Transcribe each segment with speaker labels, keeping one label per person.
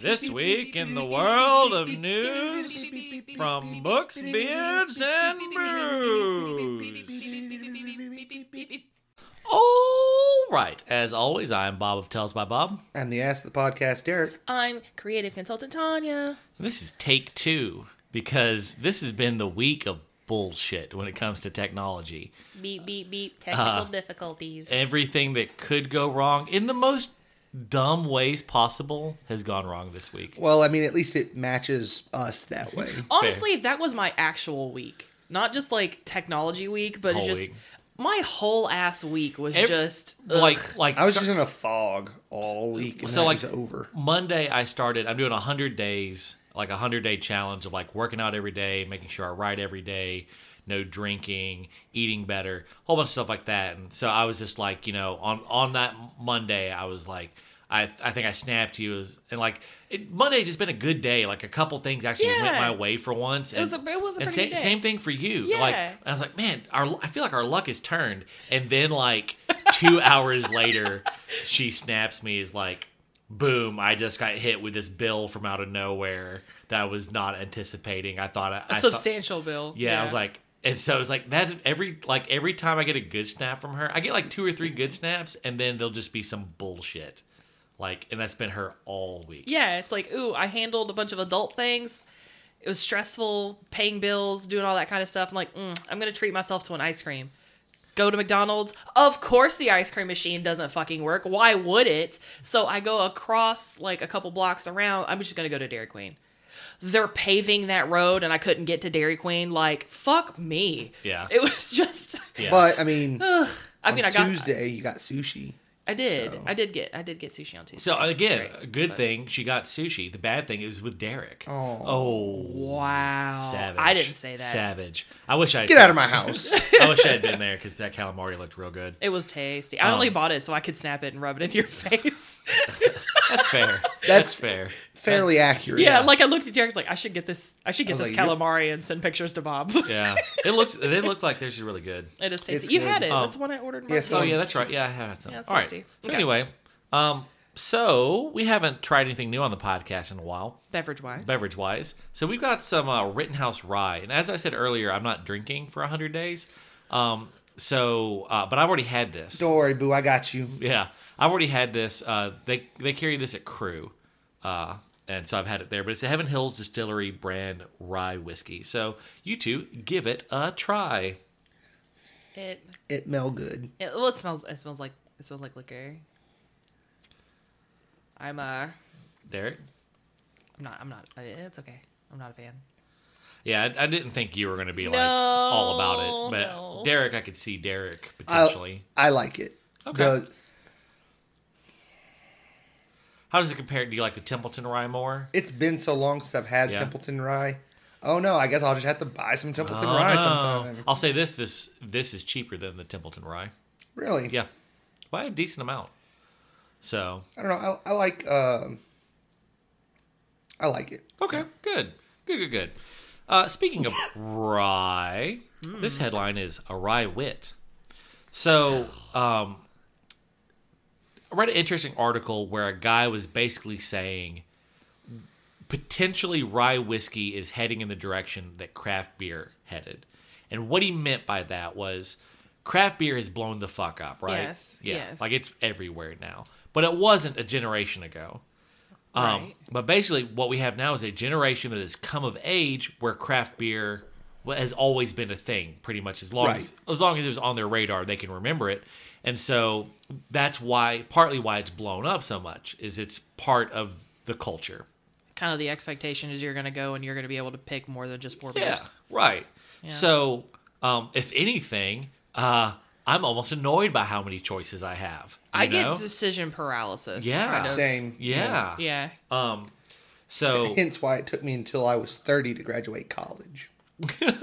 Speaker 1: This week in the world of news from books, beards, and brews. All right, as always, I am Bob of Tells by Bob.
Speaker 2: I'm the Ask the Podcast, Derek.
Speaker 3: I'm creative consultant Tanya.
Speaker 1: This is take two because this has been the week of bullshit when it comes to technology.
Speaker 3: Beep beep beep. Technical
Speaker 1: Uh-huh.
Speaker 3: difficulties.
Speaker 1: Everything that could go wrong in the most dumb ways possible has gone wrong this week.
Speaker 2: Well, I mean, at least it matches us that way.
Speaker 3: Honestly, that was my actual week, not just like technology week, but
Speaker 1: Whole
Speaker 3: just
Speaker 1: week.
Speaker 3: my whole ass week was
Speaker 1: Ev-
Speaker 3: just ugh.
Speaker 1: Like, like
Speaker 2: I was just in a fog all week, and
Speaker 1: So,
Speaker 2: so
Speaker 1: like-
Speaker 2: like was over.
Speaker 1: Monday, I started. I'm doing a hundred days, like a hundred day challenge of like working out every day, making sure I write every day, no drinking, eating better, whole bunch of stuff like that. And so I was just like, you know, on on that Monday, I was like, I I think I snapped you as and like it, Monday just been a good day. Like a couple things actually went
Speaker 3: Yeah.
Speaker 1: my way for once. It
Speaker 3: was a- it was a
Speaker 1: and
Speaker 3: pretty
Speaker 1: sa-
Speaker 3: day.
Speaker 1: Same thing for you.
Speaker 3: Yeah.
Speaker 1: Like I was like, man, our I feel like our luck is turned. And then like two hours later, she snaps me is like, boom! I just got hit with this bill from out of nowhere that I was not anticipating. I thought I,
Speaker 3: a
Speaker 1: I thought-
Speaker 3: substantial bill.
Speaker 1: yeah, I was like. And so it's like that's every like every time I get a good snap from her, I get like two or three good snaps, and then there'll just be some bullshit, like, and that's been her all week.
Speaker 3: yeah, it's like, ooh, I handled a bunch of adult things. It was stressful, paying bills, doing all that kind of stuff. I'm like, mm, I'm gonna treat myself to an ice cream. Go to McDonald's. Of course, the ice cream machine doesn't fucking work. Why would it? So I go across like a couple blocks around. I'm just gonna go to Dairy Queen. They're paving that road, and I couldn't get to Dairy Queen. Like, fuck me.
Speaker 1: Yeah.
Speaker 3: It was just.
Speaker 1: Yeah.
Speaker 2: But I mean,
Speaker 3: I mean, I
Speaker 2: on
Speaker 3: got.
Speaker 2: Tuesday you got sushi.
Speaker 3: I did.
Speaker 2: so-
Speaker 3: I did get. I did get sushi on Tuesday.
Speaker 1: So again,
Speaker 3: That's
Speaker 1: a
Speaker 3: right.
Speaker 1: good thing she got sushi. The bad thing is with Derek.
Speaker 2: Oh.
Speaker 1: oh
Speaker 3: Wow.
Speaker 1: savage!
Speaker 3: I didn't say that.
Speaker 1: Savage. I wish I
Speaker 2: Get out of my house.
Speaker 1: I wish I had been there because that calamari looked real good.
Speaker 3: It was tasty. I only bought it so I could snap it and rub it in your face.
Speaker 1: That's fair. That's,
Speaker 2: That's
Speaker 1: fair.
Speaker 2: Fairly accurate.
Speaker 3: yeah, like I looked at Derek's like I should get this. I should get
Speaker 2: I was
Speaker 3: this
Speaker 2: like, yep.
Speaker 3: calamari and send pictures to Bob.
Speaker 1: Yeah, it looks. They look like they're just really good.
Speaker 3: it is tasty.
Speaker 2: It's
Speaker 3: you
Speaker 2: good.
Speaker 3: had it.
Speaker 1: Um,
Speaker 3: That's the one I ordered.
Speaker 2: yes,
Speaker 1: Oh
Speaker 3: myself.
Speaker 2: Um,
Speaker 1: yeah, that's right. Yeah, I had some.
Speaker 3: yeah, it's
Speaker 1: All right. So
Speaker 3: tasty. Okay.
Speaker 1: anyway, um, so we haven't tried anything new on the podcast in a while,
Speaker 3: beverage wise.
Speaker 1: beverage wise. So we've got some uh, Rittenhouse Rye, and as I said earlier, I'm not drinking for hundred days. Um, so, uh, but I've already had this.
Speaker 2: Don't worry, boo. I got you.
Speaker 1: Yeah, I've already had this. Uh, they they carry this at Crew, uh, and so I've had it there. But it's a Heaven Hills Distillery brand rye whiskey. So you two give it a try.
Speaker 3: It,
Speaker 2: It smell good.
Speaker 3: it well, it smells. It smells like it smells like liquor. I'm uh, I'm
Speaker 1: Derek.
Speaker 3: not. I'm not. uh, It's okay. I'm not a fan.
Speaker 1: Yeah, I, I didn't think you were going to be like
Speaker 3: No,
Speaker 1: all about it, but
Speaker 3: no.
Speaker 1: Derek, I could see Derek
Speaker 2: I,
Speaker 1: potentially.
Speaker 2: I like it.
Speaker 1: Okay.
Speaker 2: The-
Speaker 1: How does it compare? Do you like the Templeton Rye more?
Speaker 2: it's been so long since I've had
Speaker 1: Yeah.
Speaker 2: Templeton rye. Oh no, I guess I'll just have to buy some Templeton
Speaker 1: Oh,
Speaker 2: rye
Speaker 1: no.
Speaker 2: sometime.
Speaker 1: I'll say this: this this is cheaper than the Templeton Rye.
Speaker 2: Really?
Speaker 1: Yeah, by a decent amount. So
Speaker 2: I don't know. I, I like. um I like it.
Speaker 1: Okay, good, good, good, good. Uh, speaking of rye,
Speaker 3: Hmm.
Speaker 1: this headline is a rye wit. So, um, I read an interesting article where a guy was basically saying potentially rye whiskey is heading in the direction that craft beer headed, and what he meant by that was craft beer has blown the fuck up, right?
Speaker 3: Yes, yes.
Speaker 1: like it's everywhere now, but it wasn't a generation ago. Um,
Speaker 3: Right.
Speaker 1: But basically, what we have now is a generation that has come of age where craft beer wa- has always been a thing, pretty much as long
Speaker 2: Right.
Speaker 1: as as long as it was on their radar, they can remember it. And so that's why, partly why it's blown up so much, is it's part of the culture.
Speaker 3: Kind of the expectation is you're gonna go and you're gonna be able to pick more than just four
Speaker 1: Yeah,
Speaker 3: beers.
Speaker 1: right. So, um, if anything, uh, I'm almost annoyed by how many choices I have. you
Speaker 3: I
Speaker 1: know?
Speaker 3: get decision paralysis.
Speaker 1: Yeah.
Speaker 3: kind of.
Speaker 2: Same.
Speaker 1: yeah.
Speaker 3: Yeah.
Speaker 1: Um, so
Speaker 2: Hence why it took me until I was thirty to graduate college.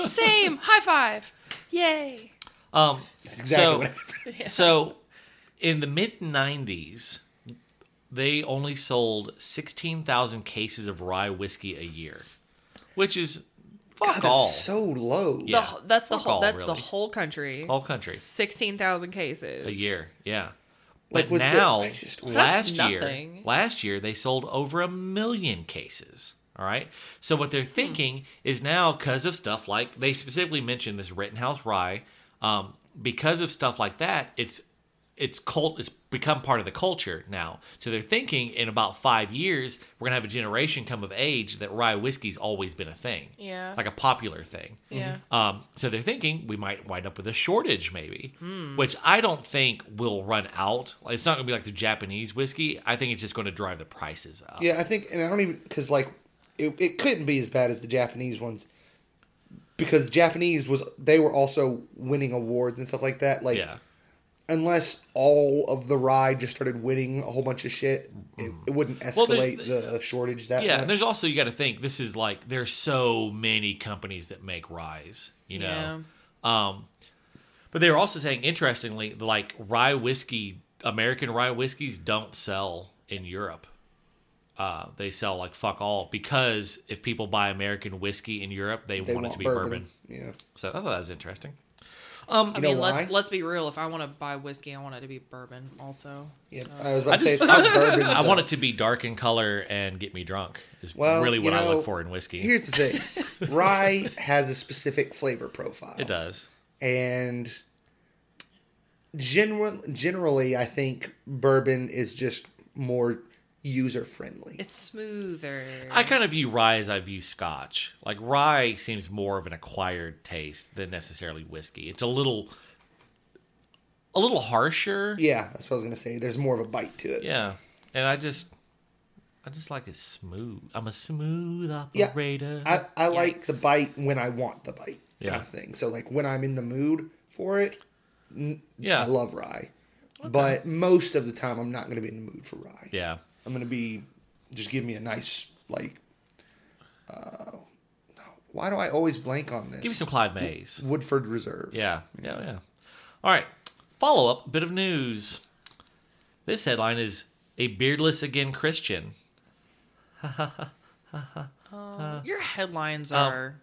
Speaker 3: Same. High five. Yay.
Speaker 1: um,
Speaker 2: That's exactly
Speaker 1: so,
Speaker 2: what happened.
Speaker 1: So, in the mid 90s, they only sold 16,000 cases of rye whiskey a year, which is fuck
Speaker 2: God,
Speaker 1: all.
Speaker 2: that's so low.
Speaker 1: Yeah.
Speaker 3: The, wh- that's the
Speaker 1: Fuck
Speaker 3: whole.
Speaker 1: all,
Speaker 3: that's
Speaker 1: really.
Speaker 3: the whole country.
Speaker 1: Whole country.
Speaker 3: Sixteen thousand cases
Speaker 1: a year. Yeah. But
Speaker 2: was the-
Speaker 1: now,
Speaker 2: I just- That's
Speaker 1: last year,
Speaker 3: nothing.
Speaker 1: last year they sold over a million cases. All right. So what
Speaker 2: Hmm.
Speaker 1: they're thinking is now because of stuff like they specifically mentioned this Rittenhouse rye, um, because of stuff like that, it's it's cult it's become part of the culture now. So they're thinking in about five years we're gonna have a generation come of age that rye whiskey's always been a thing,
Speaker 3: Yeah.
Speaker 1: like a popular thing.
Speaker 3: Yeah.
Speaker 1: Um, so they're thinking we might wind up with a shortage, maybe, which I don't think will run out. Like, It's not going to be like the Japanese whiskey. I think it's just going to drive the prices up.
Speaker 2: Yeah, I think, and I don't even because like it, it couldn't be as bad as the Japanese ones because the Japanese was they were also winning awards and stuff like that. Like
Speaker 1: Yeah.
Speaker 2: unless all of the rye just started winning a whole bunch of shit, it, it wouldn't
Speaker 1: Mm-hmm. Well, there's-
Speaker 2: escalate the shortage that
Speaker 1: Yeah, and
Speaker 2: much.
Speaker 1: there's also you got to think this is like there's so many companies that make ryes, you know. Um, but they were also saying interestingly, like rye whiskey, American rye whiskeys don't sell in Europe. Uh, they sell like fuck all because if people buy American whiskey in Europe, they,
Speaker 2: they
Speaker 1: want,
Speaker 2: want
Speaker 1: it to be bourbon.
Speaker 2: bourbon. Yeah,
Speaker 1: So I thought that was interesting.
Speaker 3: I
Speaker 2: know
Speaker 3: mean,
Speaker 2: why?
Speaker 3: let's let's be real. If I want to buy whiskey, I want it to be bourbon. Also,
Speaker 2: yeah. uh,
Speaker 3: So-
Speaker 2: I was about
Speaker 1: I
Speaker 2: to say
Speaker 1: just-
Speaker 2: it's not bourbon.
Speaker 1: I
Speaker 2: so-
Speaker 1: want it to be dark in color and get me drunk. Is
Speaker 2: Well,
Speaker 1: really
Speaker 2: you
Speaker 1: what I
Speaker 2: know,
Speaker 1: look for in whiskey.
Speaker 2: Here's the thing: rye has a specific flavor profile.
Speaker 1: it does.
Speaker 2: and general generally I think bourbon is just more user friendly.
Speaker 3: it's smoother.
Speaker 1: I kind of view rye as I view scotch. Like rye seems more of an acquired taste than necessarily whiskey. It's a little, a little harsher.
Speaker 2: Yeah, that's what I was gonna say. There's more of a bite to it.
Speaker 1: Yeah. and I just, I just like it smooth. I'm a smooth
Speaker 2: Yeah,
Speaker 1: operator.
Speaker 2: I, I like the
Speaker 3: Yikes.
Speaker 2: bite when I want the bite
Speaker 1: Yeah.
Speaker 2: kind of thing. So like when I'm in the mood for it,
Speaker 1: yeah,
Speaker 2: I love rye. But most of the time I'm not gonna be in the mood for rye.
Speaker 1: yeah.
Speaker 2: I'm gonna be just give me a nice like. Uh, why do I always blank on this?
Speaker 1: Give me some Clyde Mays.
Speaker 2: Woodford Reserve.
Speaker 1: Yeah, yeah, yeah. All right. Follow up bit of news. This headline is a beardless again Christian.
Speaker 3: Uh, Your headlines
Speaker 1: um,
Speaker 3: are.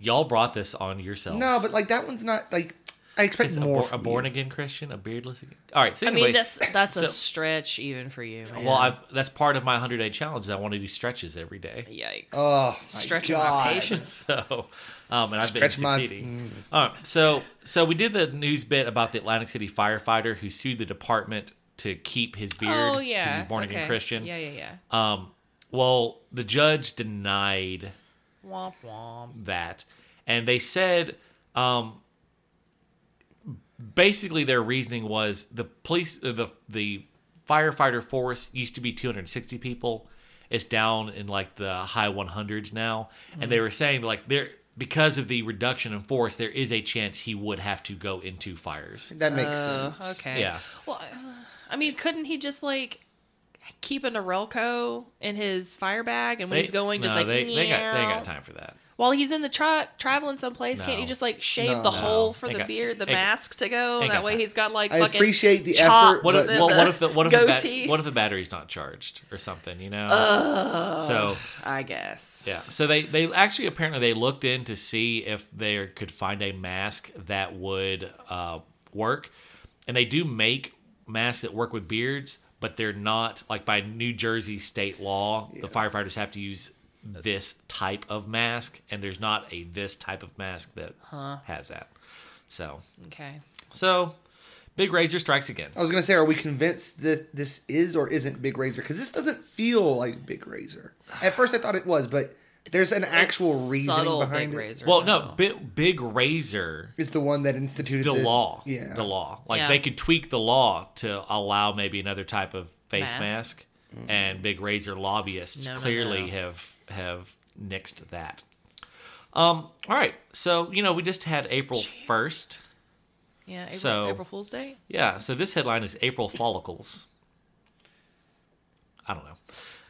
Speaker 1: Y'all brought this on yourselves.
Speaker 2: No, but like that one's not like I expect
Speaker 1: It's a,
Speaker 2: more.
Speaker 1: bor- a
Speaker 2: from you.
Speaker 1: born again Christian, a beardless. Again. All right. So
Speaker 3: I
Speaker 1: anyway,
Speaker 3: mean, that's that's
Speaker 1: so-
Speaker 3: a stretch even for you. Man.
Speaker 1: well, I've, that's part of my hundred day challenge. Is I want to do stretches every day.
Speaker 3: Yikes!
Speaker 2: Oh, my
Speaker 3: Stretching
Speaker 2: God.
Speaker 3: my patience.
Speaker 1: So, um, and I've
Speaker 2: Stretch
Speaker 1: been
Speaker 2: my-
Speaker 1: succeeding. All right. So, so we did the news bit about the Atlantic City firefighter who sued the department to keep his beard.
Speaker 3: Oh
Speaker 1: 'cause
Speaker 3: yeah,
Speaker 1: He's born again
Speaker 3: okay.
Speaker 1: Christian.
Speaker 3: Yeah, yeah, yeah.
Speaker 1: Um, well, the judge denied
Speaker 3: womp womp.
Speaker 1: that, and they said um, basically their reasoning was the police, uh, the the firefighter force used to be 260 people. It's down in like the high 100s now, and
Speaker 3: Mm-hmm.
Speaker 1: they were saying like there because of the reduction in force, there is a chance he would have to go into fires.
Speaker 2: That makes
Speaker 3: Oh,
Speaker 2: sense.
Speaker 3: okay.
Speaker 1: Yeah.
Speaker 3: Well, I- I mean, couldn't he just like keep a Norelco in his fire bag, and when
Speaker 1: They-
Speaker 3: he's going, just
Speaker 1: no,
Speaker 3: like
Speaker 1: they, they got they ain't
Speaker 3: "Meow."
Speaker 1: got time for that.
Speaker 3: While he's in the truck traveling someplace, can't
Speaker 1: No.
Speaker 3: you just like shave
Speaker 2: No.
Speaker 3: the
Speaker 2: No.
Speaker 3: hole for
Speaker 1: Ain't
Speaker 3: the
Speaker 1: got-
Speaker 3: beard, the
Speaker 1: ain't-
Speaker 3: mask to go?
Speaker 1: ain't
Speaker 3: and
Speaker 1: got
Speaker 3: That way
Speaker 1: time.
Speaker 3: he's got like
Speaker 2: I
Speaker 3: fucking
Speaker 2: appreciate the
Speaker 3: chops
Speaker 2: effort,
Speaker 1: What if,
Speaker 2: But-
Speaker 3: and
Speaker 1: well, what if the what if the,
Speaker 3: goatee.
Speaker 1: bat, what if the battery's not charged or something? You know. so
Speaker 3: I guess.
Speaker 1: yeah, so they they actually apparently they looked in to see if they could find a mask that would uh, work, and they do make masks that work with beards, but they're not like by New Jersey state law, the firefighters have to use this type of mask, and there's not a this type of mask that has that. So
Speaker 3: Okay.
Speaker 1: so. Big Razor strikes again.
Speaker 2: I was gonna say, are we convinced that this is or isn't Big Razor? Because this doesn't feel like Big Razor. At first, I thought it was, but there's an
Speaker 3: It's-
Speaker 2: actual
Speaker 3: it's
Speaker 2: reason
Speaker 3: subtle
Speaker 2: behind
Speaker 3: Big
Speaker 2: it.
Speaker 3: Razor,
Speaker 1: Well, no,
Speaker 3: though.
Speaker 1: Bi- Big Razor
Speaker 2: It's the one that instituted
Speaker 1: the law.
Speaker 2: Yeah,
Speaker 1: The law. Like
Speaker 3: Yeah.
Speaker 1: they could tweak the law to allow maybe another type of face mask.
Speaker 3: Mask.
Speaker 1: And Big Razor lobbyists
Speaker 3: No, no,
Speaker 1: clearly
Speaker 3: no.
Speaker 1: have have nixed that. Um, all right. So, you know, we just had April
Speaker 3: Jeez.
Speaker 1: 1st.
Speaker 3: Yeah. April,
Speaker 1: So-
Speaker 3: April Fool's Day.
Speaker 1: Yeah, so this headline is April follicles. I don't know.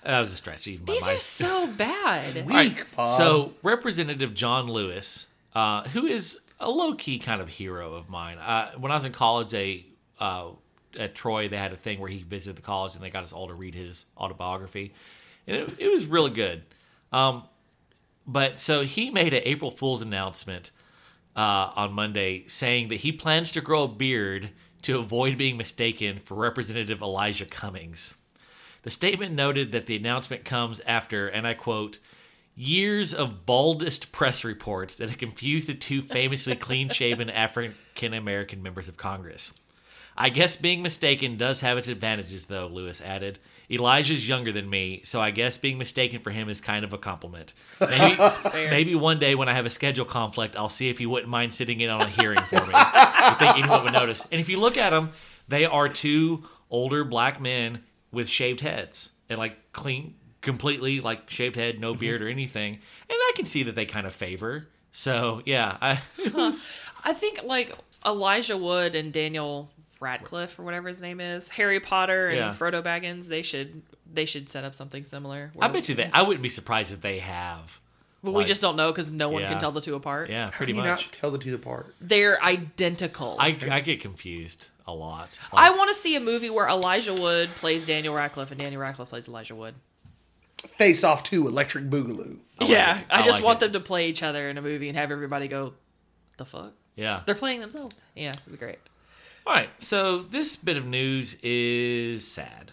Speaker 1: That was a stretch even by
Speaker 3: These
Speaker 1: my
Speaker 3: are so bad.
Speaker 2: Weak, Bob.
Speaker 1: So, Representative John Lewis, uh, who is a low key kind of hero of mine. Uh, when I was in college, they uh, at Troy they had a thing where he visited the college and they got us all to read his autobiography, and it, it was really good. Um, but so he made an April Fool's announcement uh, on Monday saying that he plans to grow a beard to avoid being mistaken for Representative Elijah Cummings. The statement noted that the announcement comes after, and I quote, years of baldest press reports that have confused the two famously clean shaven African American members of Congress. I guess being mistaken does have its advantages, though, Lewis added. Elijah's younger than me, so I guess being mistaken for him is kind of a compliment. Maybe, maybe one day when I have a schedule conflict, I'll see if he wouldn't mind sitting in on a hearing for me. I think anyone would notice. And if you look at them, they are two older black men with shaved heads and like clean, completely like shaved head, no beard or anything. And I can see that they kind of favor. So yeah, I, it was-
Speaker 3: I think like Elijah Wood and Daniel Radcliffe or whatever his name is, Harry Potter and
Speaker 1: Yeah.
Speaker 3: Frodo Baggins, they should they should set up something similar.
Speaker 1: I
Speaker 3: where-
Speaker 1: bet you that I wouldn't be surprised if they have.
Speaker 3: but we
Speaker 1: like-
Speaker 3: just don't know because no one
Speaker 1: Yeah.
Speaker 3: can tell the two apart.
Speaker 1: Yeah,
Speaker 2: How
Speaker 1: pretty
Speaker 2: can you
Speaker 1: much.
Speaker 2: not tell the two apart?
Speaker 3: they're identical.
Speaker 1: I, I get confused a lot.
Speaker 3: I
Speaker 1: Like,
Speaker 3: want to see a movie where Elijah Wood plays Daniel Radcliffe and Daniel Radcliffe plays Elijah Wood.
Speaker 2: Face off to Electric Boogaloo.
Speaker 1: like
Speaker 3: yeah,
Speaker 1: it.
Speaker 3: I,
Speaker 1: I
Speaker 3: just
Speaker 1: like
Speaker 3: want
Speaker 1: it.
Speaker 3: them to play each other in a movie and have everybody go, "The fuck."
Speaker 1: yeah.
Speaker 3: They're playing themselves. Yeah, it'd be great.
Speaker 1: All right. So this bit of news is sad.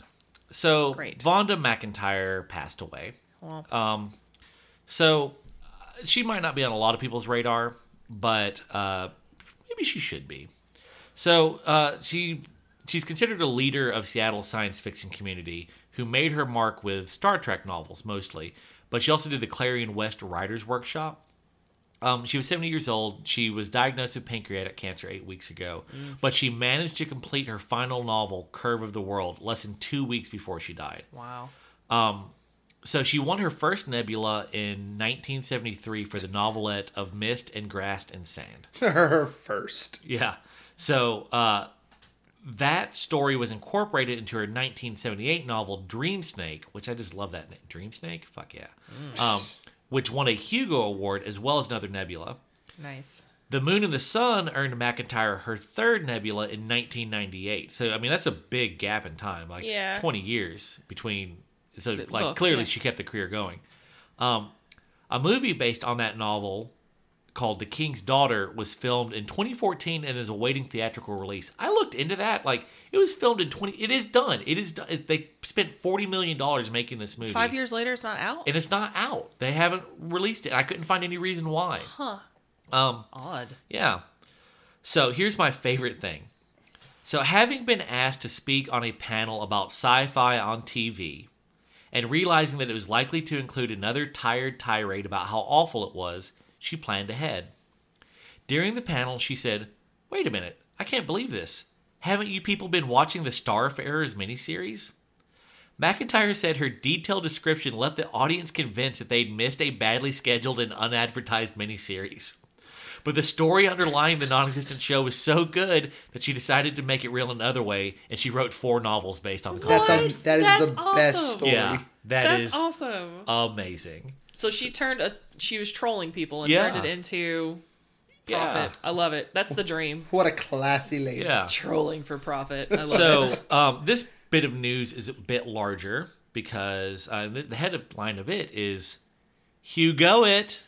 Speaker 1: So
Speaker 3: Great.
Speaker 1: Vonda McIntyre passed away.
Speaker 3: Well,
Speaker 1: Um, so uh, she might not be on a lot of people's radar, but uh, maybe she should be. So uh, she she's considered a leader of Seattle's science fiction community, who made her mark with Star Trek novels mostly, but she also did the Clarion West Writers Workshop. Um, she was 70 years old. She was diagnosed with pancreatic cancer eight weeks ago, but she managed to complete her final novel, Curve of the World, less than two weeks before she died.
Speaker 3: wow.
Speaker 1: So she won her first Nebula in 1973 for the novelette of Mist and Grass and Sand.
Speaker 2: Her first.
Speaker 1: Yeah. So uh, that story was incorporated into her 1978 novel Dream Snake, which I just love that name. Dream Snake? Fuck yeah. Um, which won a Hugo Award as well as another Nebula.
Speaker 3: Nice.
Speaker 1: The Moon and the Sun earned McIntyre her third Nebula in 1998. So I mean that's a big gap in time, like it's
Speaker 3: Yeah.
Speaker 1: 20 years between. So like
Speaker 3: books,
Speaker 1: clearly
Speaker 3: yeah.
Speaker 1: she kept the career going. Um, a movie based on that novel called The King's Daughter was filmed in 2014 and is awaiting theatrical release. I looked into that, like it was filmed in 20. It is done. It is done. They spent 40 million dollars making this movie,
Speaker 3: Five years later, it's not out.
Speaker 1: and it's not out. They haven't released it. I couldn't find any reason why.
Speaker 3: huh.
Speaker 1: Um.
Speaker 3: Odd.
Speaker 1: Yeah. So here's my favorite thing. So, having been asked to speak on a panel about sci fi on TV and realizing that it was likely to include another tired tirade about how awful it was, she planned ahead. During the panel, she said, Wait a minute, I can't believe this. Haven't you people been watching the Starfarers miniseries? McIntyre said her detailed description left the audience convinced that they'd missed a badly scheduled and unadvertised miniseries. But the story underlying the non existent show was so good that she decided to make it real another way, and she wrote four novels based on the
Speaker 2: That's
Speaker 1: concept.
Speaker 2: a,
Speaker 3: What?
Speaker 2: that is
Speaker 3: That's
Speaker 2: the best
Speaker 3: awesome.
Speaker 2: story.
Speaker 1: Yeah,
Speaker 3: That's
Speaker 1: That's
Speaker 3: awesome.
Speaker 1: amazing.
Speaker 3: So she turned a. She was trolling people and
Speaker 1: Yeah.
Speaker 3: turned it into
Speaker 1: Yeah.
Speaker 3: profit. I love it. That's the dream.
Speaker 2: What a classy lady.
Speaker 1: Yeah.
Speaker 3: Trolling for profit. I love it.
Speaker 1: So um, this bit of news is a bit larger because uh, the, the headline of it is Hugo it.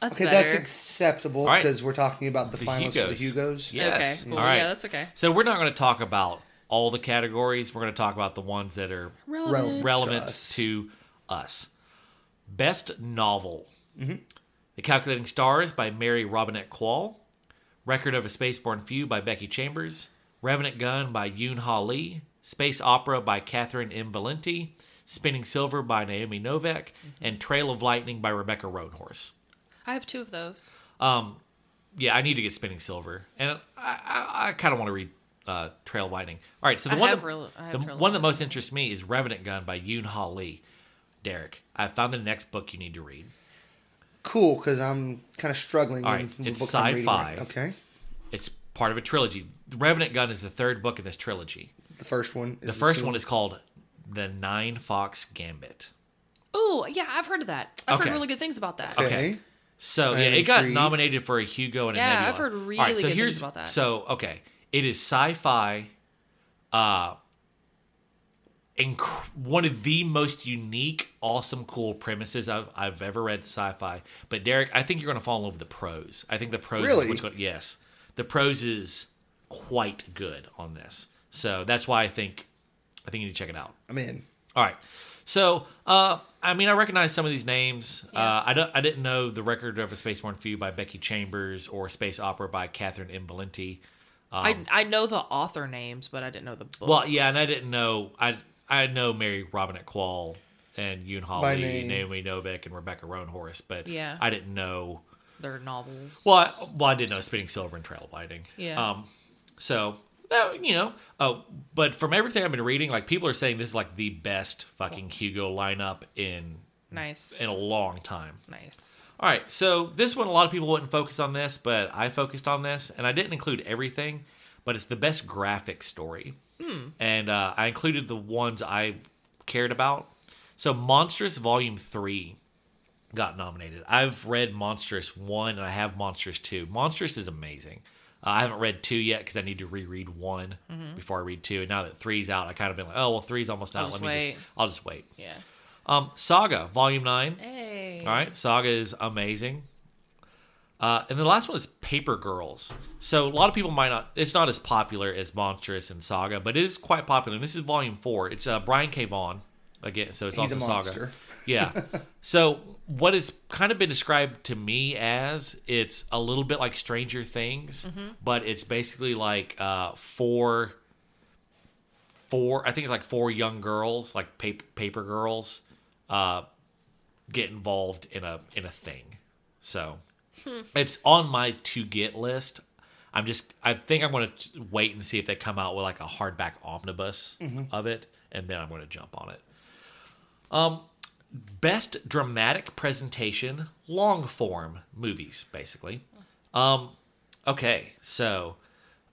Speaker 3: That's
Speaker 2: Okay,
Speaker 3: better.
Speaker 2: that's acceptable
Speaker 1: All right.
Speaker 2: because we're talking about the,
Speaker 1: The
Speaker 2: finals for the
Speaker 1: Hugos.
Speaker 2: Hugos.
Speaker 1: Yes.
Speaker 3: Okay. Cool.
Speaker 1: All right.
Speaker 3: Yeah, that's okay.
Speaker 1: so we're not going to talk about all the categories. We're going to talk about the ones that are
Speaker 2: Relevant.
Speaker 1: relevant
Speaker 2: To us.
Speaker 1: to us. Best novel. The Calculating Stars by Mary Robinette Quall. Record of a Spaceborne Few by Becky Chambers. Revenant Gun by Yoon Ha Lee. Space Opera by Catherine M. Valenti. Spinning Silver by Naomi Novak. And Trail of Lightning by Rebecca Roanhorse.
Speaker 3: I have two of those.
Speaker 1: Um, yeah, I need to get Spinning Silver, and I I, I kind of want to read uh, Trail of Lightning. All right, so the
Speaker 3: I
Speaker 1: one
Speaker 3: have
Speaker 1: that,
Speaker 3: Rel- I have
Speaker 1: the
Speaker 3: Trail of
Speaker 1: one that most interests me is Revenant Gun by Yoon Ha Lee. Derek, I found the next book you need to read.
Speaker 2: Cool, because I'm kind of struggling.
Speaker 1: All right,
Speaker 2: in the
Speaker 1: it's
Speaker 2: book I'm reading right
Speaker 1: sci-fi.
Speaker 2: now. Okay.
Speaker 1: It's part of a trilogy. Revenant Gun is the third book in this trilogy.
Speaker 2: The first one. Is
Speaker 1: The first one is called The Nine Fox Gambit.
Speaker 3: Oh yeah, I've heard of that. I've
Speaker 1: Okay. Uh,
Speaker 3: heard really good things about that.
Speaker 2: Okay.
Speaker 1: okay. So
Speaker 2: I
Speaker 1: yeah,
Speaker 2: am
Speaker 1: it got
Speaker 2: intrigued.
Speaker 1: nominated for a Hugo and a
Speaker 3: Yeah,
Speaker 1: Nebula.
Speaker 3: I've heard
Speaker 1: All
Speaker 3: really
Speaker 1: right,
Speaker 3: good
Speaker 1: so
Speaker 3: things
Speaker 1: here's-
Speaker 3: about that.
Speaker 1: So okay, it is sci-fi, uh, inc- one of the most unique, awesome, cool premises I've I've ever read sci-fi. But Derek, I think you're gonna fall in love with the prose. I think the prose
Speaker 2: Really?
Speaker 1: is what's going. Yes, the prose is quite good on this. So that's why I think I think you need to check it out.
Speaker 2: I'm in.
Speaker 1: All right. So, uh, I mean, I recognize some of these names. Uh,
Speaker 3: Yeah.
Speaker 1: I, don't, I didn't know The Record of a Spaceborne Few by Becky Chambers or Space Opera by Catherine M. Valenti.
Speaker 3: I I know the author names, but I didn't know the book.
Speaker 1: um, Well, yeah, and I didn't know. I I know Mary Robinette Quall and Yoon Holly,
Speaker 2: name.
Speaker 1: Naomi Novik, and Rebecca Roanhorse, but
Speaker 3: Yeah.
Speaker 1: I didn't know.
Speaker 3: they're novels.
Speaker 1: Well, I, well, I did know Spinning Silver and Trail Blinding.
Speaker 3: Yeah.
Speaker 1: Um, so that, you know, oh, but from everything I've been reading, like people are saying this is like the best fucking Hugo lineup in
Speaker 3: nice.
Speaker 1: in a long time.
Speaker 3: nice.
Speaker 1: All right, so this one a lot of people wouldn't focus on this, but I focused on this, and I didn't include everything, but it's the best graphic story,
Speaker 3: Hmm.
Speaker 1: and uh, I included the ones I cared about. So Monstrous Volume Three got nominated. I've read Monstrous One, and I have Monstrous Two. Monstrous is amazing. Uh, I haven't read two yet because I need to reread one before I read two. And now that three's out, I kind of been like, oh well, three's almost out.
Speaker 3: Mm-hmm. I'll just
Speaker 1: Let me
Speaker 3: wait.
Speaker 1: just, I'll just wait.
Speaker 3: Yeah.
Speaker 1: Um, Saga Volume Nine.
Speaker 3: Hey.
Speaker 1: All right, Saga is amazing. Uh, and the last one is Paper Girls. So a lot of people might not. It's not as popular as Monstrous and Saga, but it is quite popular. And this is Volume Four. It's uh, Brian K. Vaughan again. So it's
Speaker 2: He's
Speaker 1: also
Speaker 2: a
Speaker 1: Saga.
Speaker 2: monster.
Speaker 1: Yeah. so what it's kind of been described to me as it's a little bit like Stranger Things, but it's basically like uh, four four i think it's like four young girls like paper, paper girls uh get involved in a in a thing so it's on my to get list i'm just i think i'm going to wait and see if they come out with like a hardback omnibus of it and then i'm going to jump on it um best dramatic presentation long form movies basically um okay so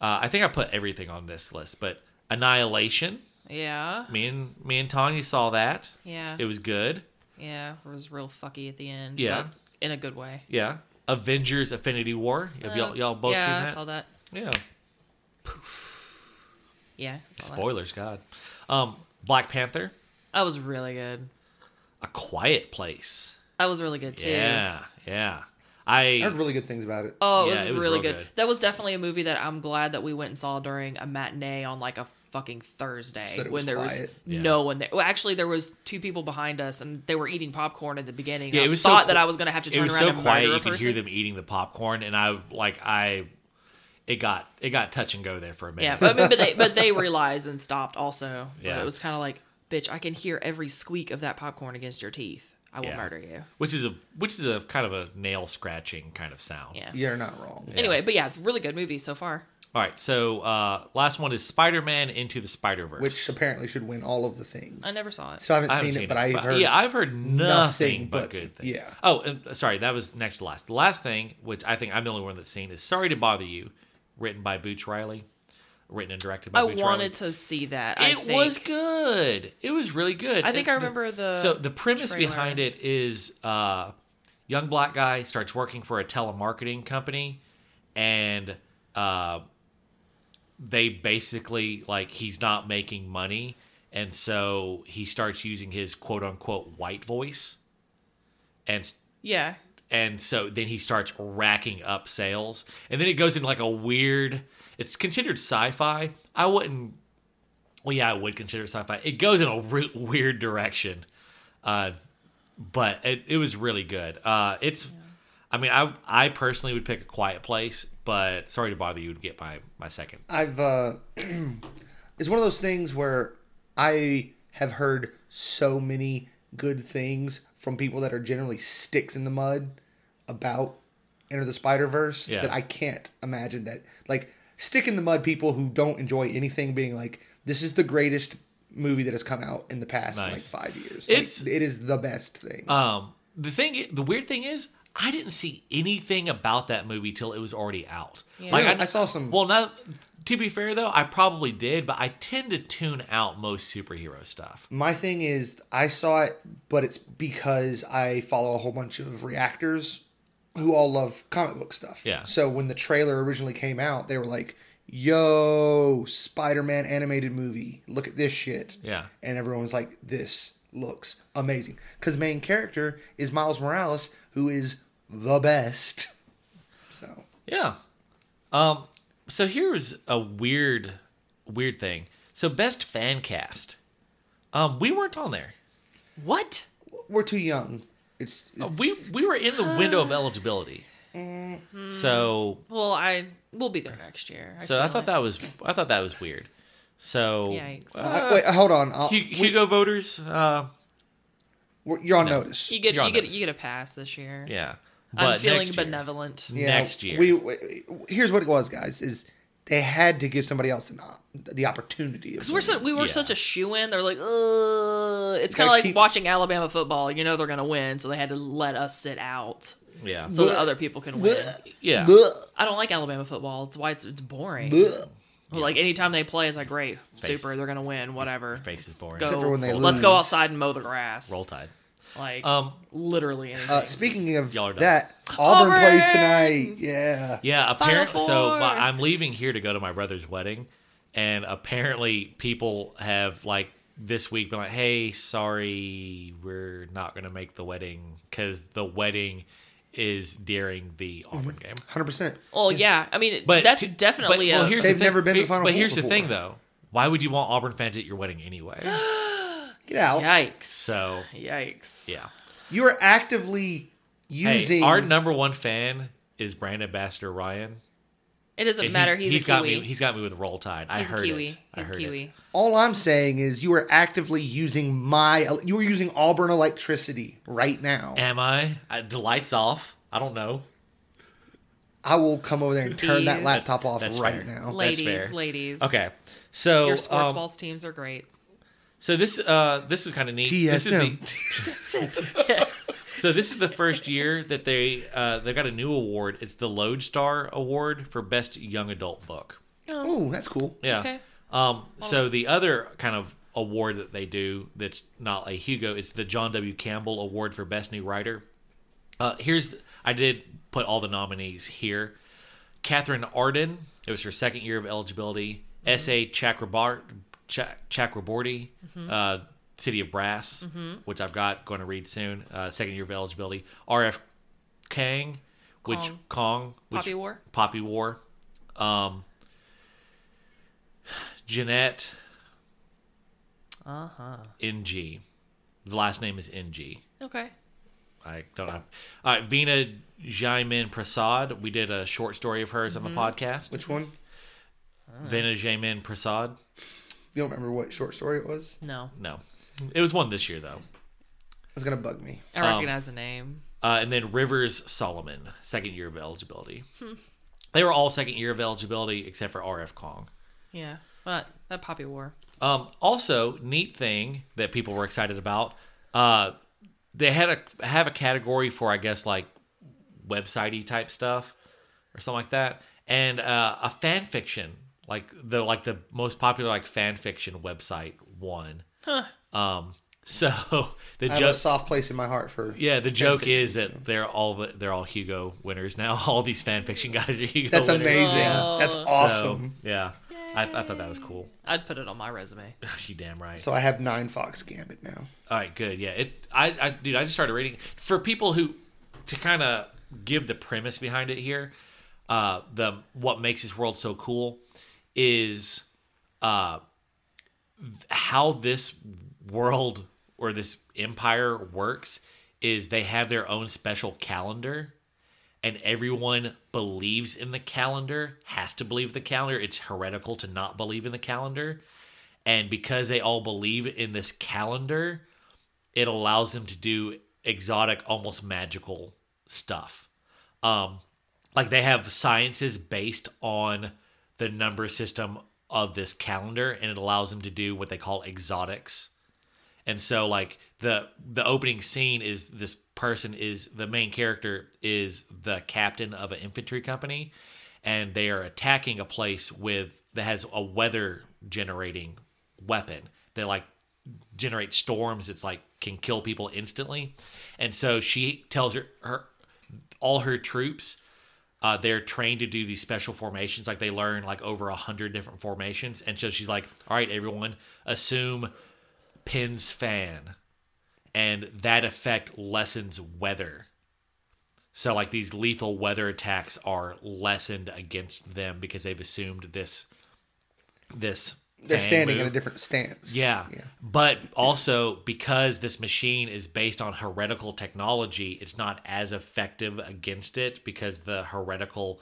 Speaker 1: uh, i think i put everything on this list but annihilation
Speaker 3: Yeah.
Speaker 1: me and me and Tanya saw that.
Speaker 3: Yeah.
Speaker 1: It was good.
Speaker 3: yeah. It was real fucky at the end.
Speaker 1: Yeah.
Speaker 3: but In a good way.
Speaker 1: Yeah. Avengers Affinity War. Have y'all, y'all both
Speaker 3: Uh, yeah, I
Speaker 1: seen
Speaker 3: saw
Speaker 1: that?
Speaker 3: that.
Speaker 1: Yeah.
Speaker 3: Yeah. I saw that.
Speaker 1: Spoilers, God. Um, Black Panther,
Speaker 3: That was really good.
Speaker 1: A Quiet Place.
Speaker 3: That was really good too.
Speaker 1: Yeah, yeah.
Speaker 2: I heard
Speaker 1: I
Speaker 2: really good things about it.
Speaker 3: Oh, it,
Speaker 1: Yeah,
Speaker 3: was
Speaker 1: it was
Speaker 3: really
Speaker 1: real
Speaker 3: good.
Speaker 1: good.
Speaker 3: That was definitely a movie that I'm glad that we went and saw during a matinee on like a fucking Thursday
Speaker 2: So that it
Speaker 3: when
Speaker 2: was
Speaker 3: there was
Speaker 2: quiet.
Speaker 1: Yeah.
Speaker 3: no one there. Well, actually, there was two people behind us and they were eating popcorn at the beginning.
Speaker 1: Yeah,
Speaker 3: Yeah,
Speaker 1: it
Speaker 3: I
Speaker 1: was so
Speaker 3: thought that
Speaker 1: qu-
Speaker 3: I was going to have to
Speaker 1: it
Speaker 3: turn
Speaker 1: was
Speaker 3: around
Speaker 1: so
Speaker 3: and
Speaker 1: quiet
Speaker 3: murder
Speaker 1: you
Speaker 3: a person.
Speaker 1: could hear them eating the popcorn, and I like I, it got it got touch and go there for a minute.
Speaker 3: Yeah, but, I mean, but they but they realized and stopped also.
Speaker 1: Yeah.
Speaker 3: But it was kind of like, bitch, I can hear every squeak of that popcorn against your teeth. I will
Speaker 1: Yeah.
Speaker 3: murder you.
Speaker 1: which is a which is a kind of a nail scratching kind of sound.
Speaker 3: Yeah.
Speaker 2: You're not wrong.
Speaker 3: Anyway, but yeah, really good movie so far.
Speaker 1: All right, so uh, last one is Spider Man Into the Spider Verse,
Speaker 2: Which apparently should win all of the things.
Speaker 3: I never saw it.
Speaker 2: So I haven't,
Speaker 1: I haven't
Speaker 2: seen, it, but I've heard.
Speaker 1: yeah, I've heard nothing,
Speaker 2: nothing
Speaker 1: but,
Speaker 2: but-
Speaker 1: good things.
Speaker 2: yeah.
Speaker 1: Oh, and uh, sorry, that was next to last. The last thing, which I think I'm the only one that's seen, is "Sorry to Bother You," written by Booch Riley, written and directed by.
Speaker 3: I
Speaker 1: Booch
Speaker 3: wanted to see that.
Speaker 1: Riley.
Speaker 3: I
Speaker 1: It
Speaker 3: think.
Speaker 1: was good. It was really good.
Speaker 3: I think
Speaker 1: It-
Speaker 3: I remember the.
Speaker 1: so the premise
Speaker 3: trailer.
Speaker 1: behind it is uh young black guy starts working for a telemarketing company and uh they basically like he's not making money and so he starts using his quote unquote white voice and
Speaker 3: Yeah.
Speaker 1: and so then he starts racking up sales and then it goes into like a weird it's considered sci-fi i wouldn't well yeah i would consider it sci-fi it goes in a re- weird direction uh but it, it was really good uh it's i mean i i personally would pick a quiet place but sorry to bother you would get my my second
Speaker 2: I've uh it's one of those things where I have heard so many good things from people that are generally sticks in the mud about Enter the Spider Verse
Speaker 1: Yeah.
Speaker 2: that I can't imagine that like stick in the mud people who don't enjoy anything being like this is the greatest movie that has come out in the past like
Speaker 1: Nice.
Speaker 2: five years.
Speaker 1: It's-
Speaker 2: like, it is the best thing.
Speaker 1: um the thing the weird thing is I didn't see anything about that movie till it was already out.
Speaker 3: Yeah.
Speaker 2: Really? I saw some-
Speaker 1: Well, now to be fair though, I probably did, but I tend to tune out most superhero stuff.
Speaker 2: My thing is, I saw it, but it's because I follow a whole bunch of reactors who all love comic book stuff.
Speaker 1: Yeah.
Speaker 2: So when the trailer originally came out, they were like, "Yo, Spider-Man animated movie! Look at this shit!"
Speaker 1: Yeah.
Speaker 2: And everyone's like, "This looks amazing," because main character is Miles Morales, who is the best. So
Speaker 1: Yeah. Um So here's a weird, weird thing. So best fan cast, um, we weren't on there.
Speaker 3: What?
Speaker 2: We're too young. It's,
Speaker 1: Uh,
Speaker 2: it's
Speaker 1: We we were in the window of eligibility.
Speaker 3: Mm-hmm.
Speaker 1: So
Speaker 3: Well, I we'll be there next year.
Speaker 1: so I
Speaker 3: feel
Speaker 1: thought
Speaker 3: it.
Speaker 1: that was I thought that was weird. So
Speaker 3: Yikes.
Speaker 2: Uh, wait, hold on. I'll,
Speaker 1: Hu- Hugo voters, uh,
Speaker 2: we're, you're on notice.
Speaker 3: you get
Speaker 1: You're on
Speaker 3: you get
Speaker 1: notice.
Speaker 3: you get a pass this year.
Speaker 1: yeah.
Speaker 3: I'm feeling
Speaker 1: next year-
Speaker 3: benevolent.
Speaker 1: next year.
Speaker 2: We, we here's what it was, guys. Is they had to give somebody else an, op- the opportunity.
Speaker 3: Because we're so, we were
Speaker 1: Yeah.
Speaker 3: such a shoe in. They're like, Ugh. it's
Speaker 2: Gotta
Speaker 3: kind of like
Speaker 2: keep-
Speaker 3: watching Alabama football. You know they're gonna win, so they had to let us sit out
Speaker 1: yeah.
Speaker 3: so that
Speaker 2: Blech.
Speaker 3: other people can win.
Speaker 1: yeah.
Speaker 2: Blech.
Speaker 3: I don't like Alabama football. It's why it's, it's boring.
Speaker 2: Blech.
Speaker 3: Well, Like anytime they play, it's like great,
Speaker 1: Face.
Speaker 3: super. They're gonna win. Whatever.
Speaker 1: Face is boring.
Speaker 3: Go.
Speaker 2: Except for when they
Speaker 3: let's go
Speaker 2: lose.
Speaker 3: outside and mow the grass.
Speaker 1: Roll Tide.
Speaker 3: Like
Speaker 1: Um,
Speaker 3: literally anything.
Speaker 2: Uh, speaking of
Speaker 1: Y'all are done.
Speaker 2: that, Auburn, plays
Speaker 3: Auburn!
Speaker 2: tonight. Yeah.
Speaker 1: Yeah, apparently. So
Speaker 3: Four.
Speaker 1: my, I'm leaving here to go to my brother's wedding, and apparently people have like this week been like, "Hey, sorry, we're not gonna make the wedding because the wedding is during the Auburn game."
Speaker 2: Hundred percent.
Speaker 3: well, yeah. I mean,
Speaker 1: But
Speaker 3: that's
Speaker 1: to- but-
Speaker 3: definitely
Speaker 1: well,
Speaker 3: a.
Speaker 1: here's
Speaker 2: They've
Speaker 1: the thing-
Speaker 2: never been to
Speaker 1: but-
Speaker 2: Final
Speaker 1: But
Speaker 2: Four
Speaker 1: here's the thing,
Speaker 2: before.
Speaker 1: though: why would you want Auburn fans at your wedding anyway?
Speaker 2: Get out.
Speaker 3: yikes.
Speaker 1: So
Speaker 3: yikes.
Speaker 1: yeah,
Speaker 2: You are actively using
Speaker 1: hey, our number one fan is brand ambassador Ryan.
Speaker 3: It doesn't
Speaker 1: And
Speaker 3: matter. He's,
Speaker 1: he's
Speaker 3: a
Speaker 1: got
Speaker 3: Kiwi.
Speaker 1: me. He's got me with roll tide. I
Speaker 3: He's
Speaker 1: heard
Speaker 3: a Kiwi.
Speaker 1: it. I
Speaker 3: He's a
Speaker 1: heard
Speaker 3: Kiwi.
Speaker 1: it.
Speaker 2: all I'm saying is you are actively using my you are using Auburn electricity right now.
Speaker 1: Am I? I? The lights off. I don't know.
Speaker 2: I will come over there and turn that
Speaker 3: Bees.
Speaker 2: laptop off
Speaker 1: That's
Speaker 2: right
Speaker 1: fair.
Speaker 2: now.
Speaker 1: That's
Speaker 3: Ladies,
Speaker 1: fair.
Speaker 3: ladies.
Speaker 1: Okay, so
Speaker 3: Your sports
Speaker 1: um,
Speaker 3: balls teams are great.
Speaker 1: so this uh, this was kind of neat. This is
Speaker 2: TSM.
Speaker 1: the,
Speaker 3: yes.
Speaker 1: so this is the first year that they uh, they got a new award. It's the Lodestar Award for best young adult book.
Speaker 2: Ooh, that's cool.
Speaker 1: Yeah.
Speaker 3: Okay.
Speaker 1: Um, so the other kind of award that they do that's not a Hugo, it's the John W. Campbell Award for Best New Writer. Uh, here's I did put all the nominees here. Catherine Arden, it was her second year of eligibility.
Speaker 3: Mm-hmm.
Speaker 1: S.A. Chakrabar- Cha- Chakraborty,
Speaker 3: Mm-hmm.
Speaker 1: uh, City of Brass, which I've got going to read soon. Uh, second year of eligibility. R.F. Kang, which
Speaker 3: Kong.
Speaker 1: Kong, which,
Speaker 3: Poppy War.
Speaker 1: Poppy War. Um, Jeanette. Uh huh. NG. The last name is NG.
Speaker 3: Okay.
Speaker 1: I don't have. All right, Vina Jaimin Prasad. We did a short story of hers on the podcast.
Speaker 2: Which one?
Speaker 1: Vina Jaimin Prasad.
Speaker 2: You don't remember what short story it was?
Speaker 3: No.
Speaker 1: No, it was one this year though.
Speaker 2: It's gonna bug me.
Speaker 3: I recognize the name.
Speaker 1: Uh, and then Rivers Solomon, second year of eligibility. they were all second year of eligibility except for RF Kong.
Speaker 3: Yeah. But that Poppy War.
Speaker 1: Um, also, neat thing that people were excited about. Uh, they had a have a category for I guess like websitey type stuff or something like that, and uh, a fan fiction like the like the most popular like fan fiction website won. Um, so the
Speaker 2: I have a
Speaker 1: joke,
Speaker 2: soft place in my heart for
Speaker 1: yeah, the
Speaker 2: fan
Speaker 1: joke
Speaker 2: fiction,
Speaker 1: is that they're all the, they're all Hugo winners now. All these fan fiction guys are Hugo.
Speaker 2: That's
Speaker 1: winners.
Speaker 2: amazing.
Speaker 1: Yeah.
Speaker 2: That's
Speaker 3: Oh.
Speaker 2: awesome.
Speaker 1: So, yeah, I, I thought that was cool.
Speaker 3: I'd put it on my resume.
Speaker 1: you damn right.
Speaker 2: So I have nine Fox Gambit now.
Speaker 1: All right, good. Yeah, it. I, I dude, I just started reading for people who to kind of give the premise behind it here. Uh, the what makes this world so cool is uh th- how this world or this empire works is they have their own special calendar and everyone believes in the calendar has to believe the calendar it's heretical to not believe in the calendar and because they all believe in this calendar it allows them to do exotic almost magical stuff um like they have sciences based on the number system of this calendar and it allows them to do what they call exotics and so like the the opening scene is this person is the main character is the captain of an infantry company and they are attacking a place with that has a weather generating weapon that like generates storms it's like can kill people instantly and so she tells her, her all her troops uh, they're trained to do these special formations like they learn like over a hundred different formations and so she's like all right everyone assume Penn's fan, and that effect lessens weather. So like these lethal weather attacks are lessened against them because they've assumed this this
Speaker 2: They're
Speaker 1: fan
Speaker 2: standing in
Speaker 1: move.
Speaker 2: a different stance.
Speaker 1: Yeah.
Speaker 2: Yeah.
Speaker 1: But also because this machine is based on heretical technology, it's not as effective against it because the heretical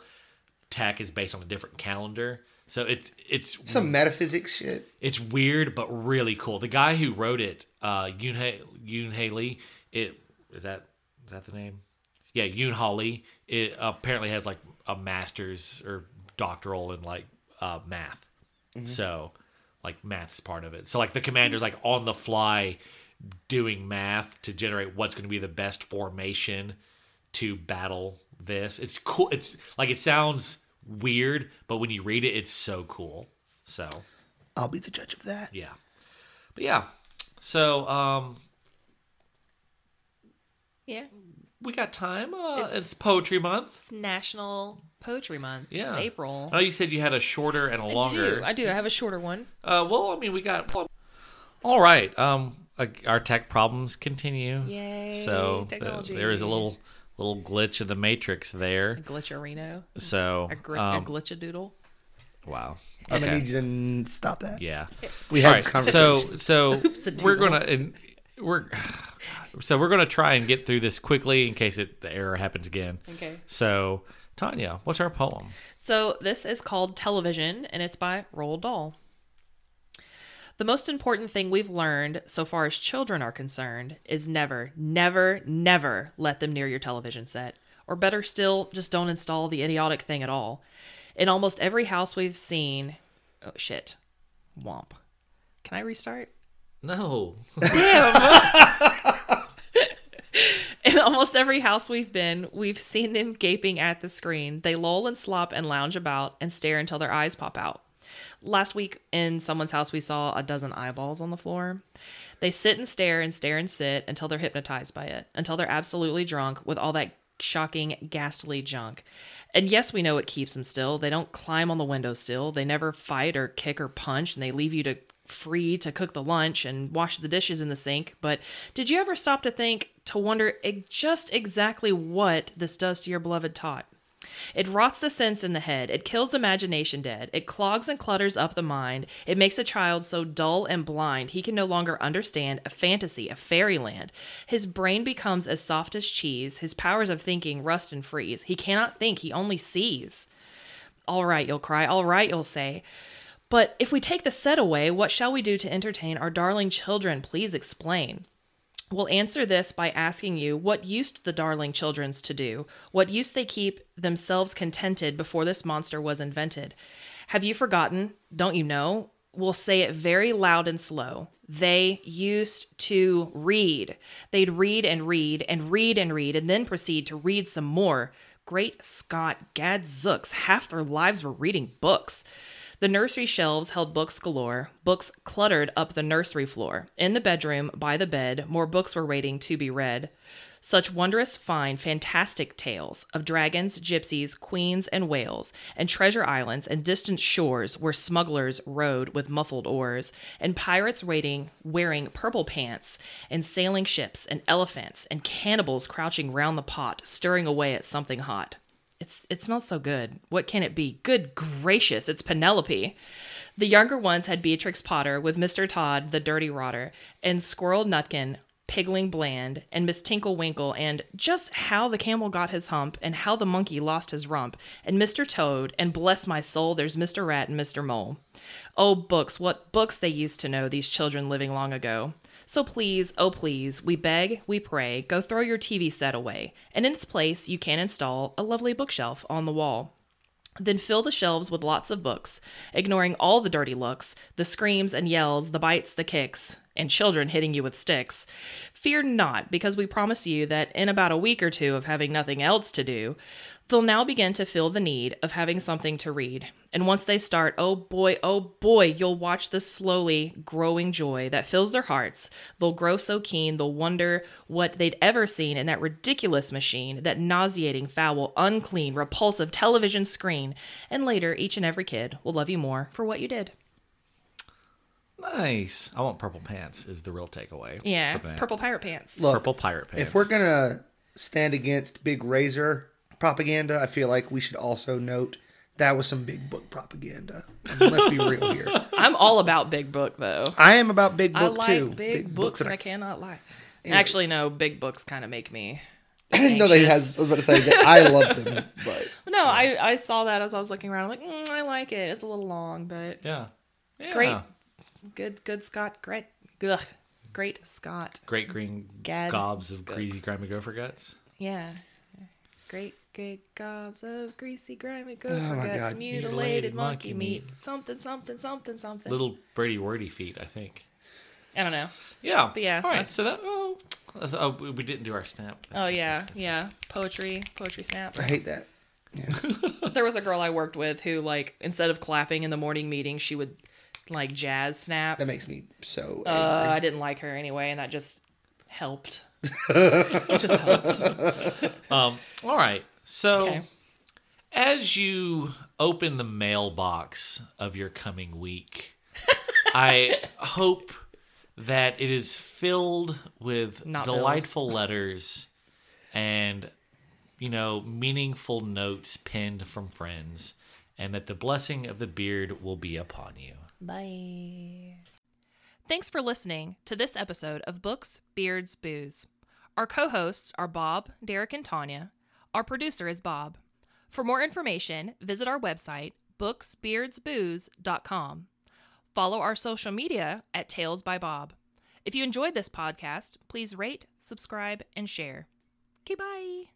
Speaker 1: tech is based on a different calendar. So it's it's
Speaker 2: Some metaphysics shit.
Speaker 1: it's weird but really cool. The guy who wrote it, uh Yoon Yoon Lee, it is that is that the name? Yeah, Yoon Ha Lee. It apparently has like a master's or doctoral in like uh math. So like math is part of it. So like the commander's like on the fly doing math to generate what's going to be the best formation to battle this. It's cool. It's like it sounds weird, but when you read it it's so cool. So
Speaker 2: I'll be the judge of that.
Speaker 1: yeah. But yeah. So um
Speaker 3: Yeah.
Speaker 1: we got time. Uh, it's,
Speaker 3: It's-
Speaker 1: poetry month.
Speaker 3: It's National Poetry Month.
Speaker 1: Yeah.
Speaker 3: It's April.
Speaker 1: I know you said you had a shorter and a longer.
Speaker 3: I do. I do. I have a shorter one.
Speaker 1: uh well, I mean we got well, All right. Um uh, our tech problems continue.
Speaker 3: Yay,
Speaker 1: So th-
Speaker 3: technology.
Speaker 1: there is a little little glitch in the matrix there.
Speaker 3: Glitcherino.
Speaker 1: So
Speaker 3: A, gr-
Speaker 1: um,
Speaker 3: a glitchadoodle.
Speaker 1: wow.
Speaker 2: I'm gonna
Speaker 1: Okay.
Speaker 2: need you to n- stop that.
Speaker 1: Yeah.
Speaker 2: We
Speaker 1: All
Speaker 2: had
Speaker 1: right.
Speaker 2: this conversation.
Speaker 1: So so
Speaker 3: Oops, a
Speaker 1: we're
Speaker 3: doodle.
Speaker 1: gonna and we're so we're gonna try and get through this quickly in case it, the error happens again.
Speaker 3: Okay.
Speaker 1: So Tanya, what's our poem?
Speaker 3: So this is called Television, and it's by Roald Dahl. The most important thing we've learned so far as children are concerned is never, never, never let them near your television set. Or better still, just don't install the idiotic thing at all. In almost every house we've seen. Oh, shit. Womp. Can I restart?
Speaker 1: No.
Speaker 3: In almost every house we've been, we've seen them gaping at the screen. They loll and slop and lounge about and stare until their eyes pop out. Last week in someone's house, we saw a dozen eyeballs on the floor. They sit and stare and stare and sit until they're hypnotized by it, until they're absolutely drunk with all that shocking, ghastly junk. And yes, we know it keeps them still. They don't climb on the windowsill. They never fight or kick or punch, and they leave you to free to cook the lunch and wash the dishes in the sink. But did you ever stop to think, to wonder e- just exactly what this does to your beloved tot? It rots the sense in the head. It kills imagination dead. It clogs and clutters up the mind. It makes a child so dull and blind he can no longer understand a fantasy, a fairyland. His brain becomes as soft as cheese. His powers of thinking rust and freeze. He cannot think, he only sees. All right, you'll cry. All right, you'll say. But if we take the set away, what shall we do to entertain our darling children? Please explain. We'll answer this by asking you what used the darling children's to do, what use they keep themselves contented before this monster was invented. Have you forgotten? Don't you know? We'll say it very loud and slow. They used to read. They'd read and read and read and read and then proceed to read some more. Great Scott, gadzooks, half their lives were reading books. The nursery shelves held books galore, books cluttered up the nursery floor. In the bedroom, by the bed, more books were waiting to be read. Such wondrous, fine, fantastic tales of dragons, gypsies, queens, and whales, and treasure islands and distant shores where smugglers rowed with muffled oars, and pirates raiding wearing purple pants, and sailing ships, and elephants, and cannibals crouching round the pot, stirring away at something hot. It's it smells so good. What can it be? Good gracious, it's Penelope. The younger ones had Beatrix Potter with Mr. Todd, the dirty rotter, and Squirrel Nutkin, Pigling Bland, and Miss Tinkle Winkle, and just how the camel got his hump, and how the monkey lost his rump, and Mr. Toad, and bless my soul, there's Mr. Rat and Mr. Mole. Oh, books, what books they used to know, these children living long ago. So please, oh please, we beg, we pray, go throw your TV set away, and in its place you can install a lovely bookshelf on the wall. Then fill the shelves with lots of books, ignoring all the dirty looks, the screams and yells, the bites, the kicks, and children hitting you with sticks. Fear not, because we promise you that in about a week or two of having nothing else to do, they'll now begin to feel the need of having something to read. And once they start, oh boy, oh boy, you'll watch the slowly growing joy that fills their hearts. They'll grow so keen, they'll wonder what they'd ever seen in that ridiculous machine, that nauseating, foul, unclean, repulsive television screen. And later, each and every kid will love you more for what you did.
Speaker 1: Nice. I want purple pants is the real takeaway.
Speaker 3: Yeah,
Speaker 1: from that.
Speaker 3: purple pirate pants.
Speaker 2: Look,
Speaker 1: Purple pirate pants.
Speaker 2: if we're gonna stand against big razor propaganda, I feel like we should also note that was some big book propaganda. Let's be real here.
Speaker 3: I'm all about Big Book though.
Speaker 2: I am about big
Speaker 3: I
Speaker 2: book
Speaker 3: like
Speaker 2: too.
Speaker 3: big, books, and I, cannot lie. Actually, no, big books kind of make me.
Speaker 2: I know that he
Speaker 3: anxious.
Speaker 2: has. I was about to say that I love them, but
Speaker 3: No, I, I saw that as I was looking around. I'm like, mm, I like it. It's a little long, but
Speaker 1: Yeah. yeah.
Speaker 3: great, good, good Scott, great, ugh, great Scott.
Speaker 1: Great green
Speaker 3: Gad
Speaker 1: gobs of greasy,
Speaker 3: guts.
Speaker 1: grimy gopher guts.
Speaker 3: Yeah, great, great gobs of greasy, grimy
Speaker 2: Oh
Speaker 3: gopher
Speaker 2: my
Speaker 3: guts,
Speaker 2: God.
Speaker 3: mutilated,
Speaker 1: Mutilated monkey
Speaker 3: monkey meat, something, something, something, something.
Speaker 1: Little Brady wordy feet, I think.
Speaker 3: I don't know.
Speaker 1: Yeah.
Speaker 3: But yeah,
Speaker 1: All right.
Speaker 3: I-
Speaker 1: So that. Oh, that's- oh, we we didn't do our snap.
Speaker 3: Oh yeah, yeah. Poetry, poetry snaps.
Speaker 2: I hate that.
Speaker 3: There was a girl I worked with who, like, instead of clapping in the morning meeting, she would like jazz snap.
Speaker 2: That makes me so.
Speaker 3: Uh, I didn't like her anyway, and that just helped. it just helped.
Speaker 1: Um. All right. So.
Speaker 3: Okay.
Speaker 1: As you open the mailbox of your coming week, I hope that it is filled with
Speaker 3: Not bills.
Speaker 1: delightful letters and you know meaningful notes penned from friends and that the blessing of the beard will be upon you.
Speaker 3: Bye. Thanks for listening to this episode of Books, Beards, Booze. Our co hosts are Bob, Derek, and Tanya. Our producer is Bob. For more information, visit our website, booksbeardsbooze.com. Follow our social media at Tales by Bob. If you enjoyed this podcast, please rate, subscribe, and share. Okay, bye.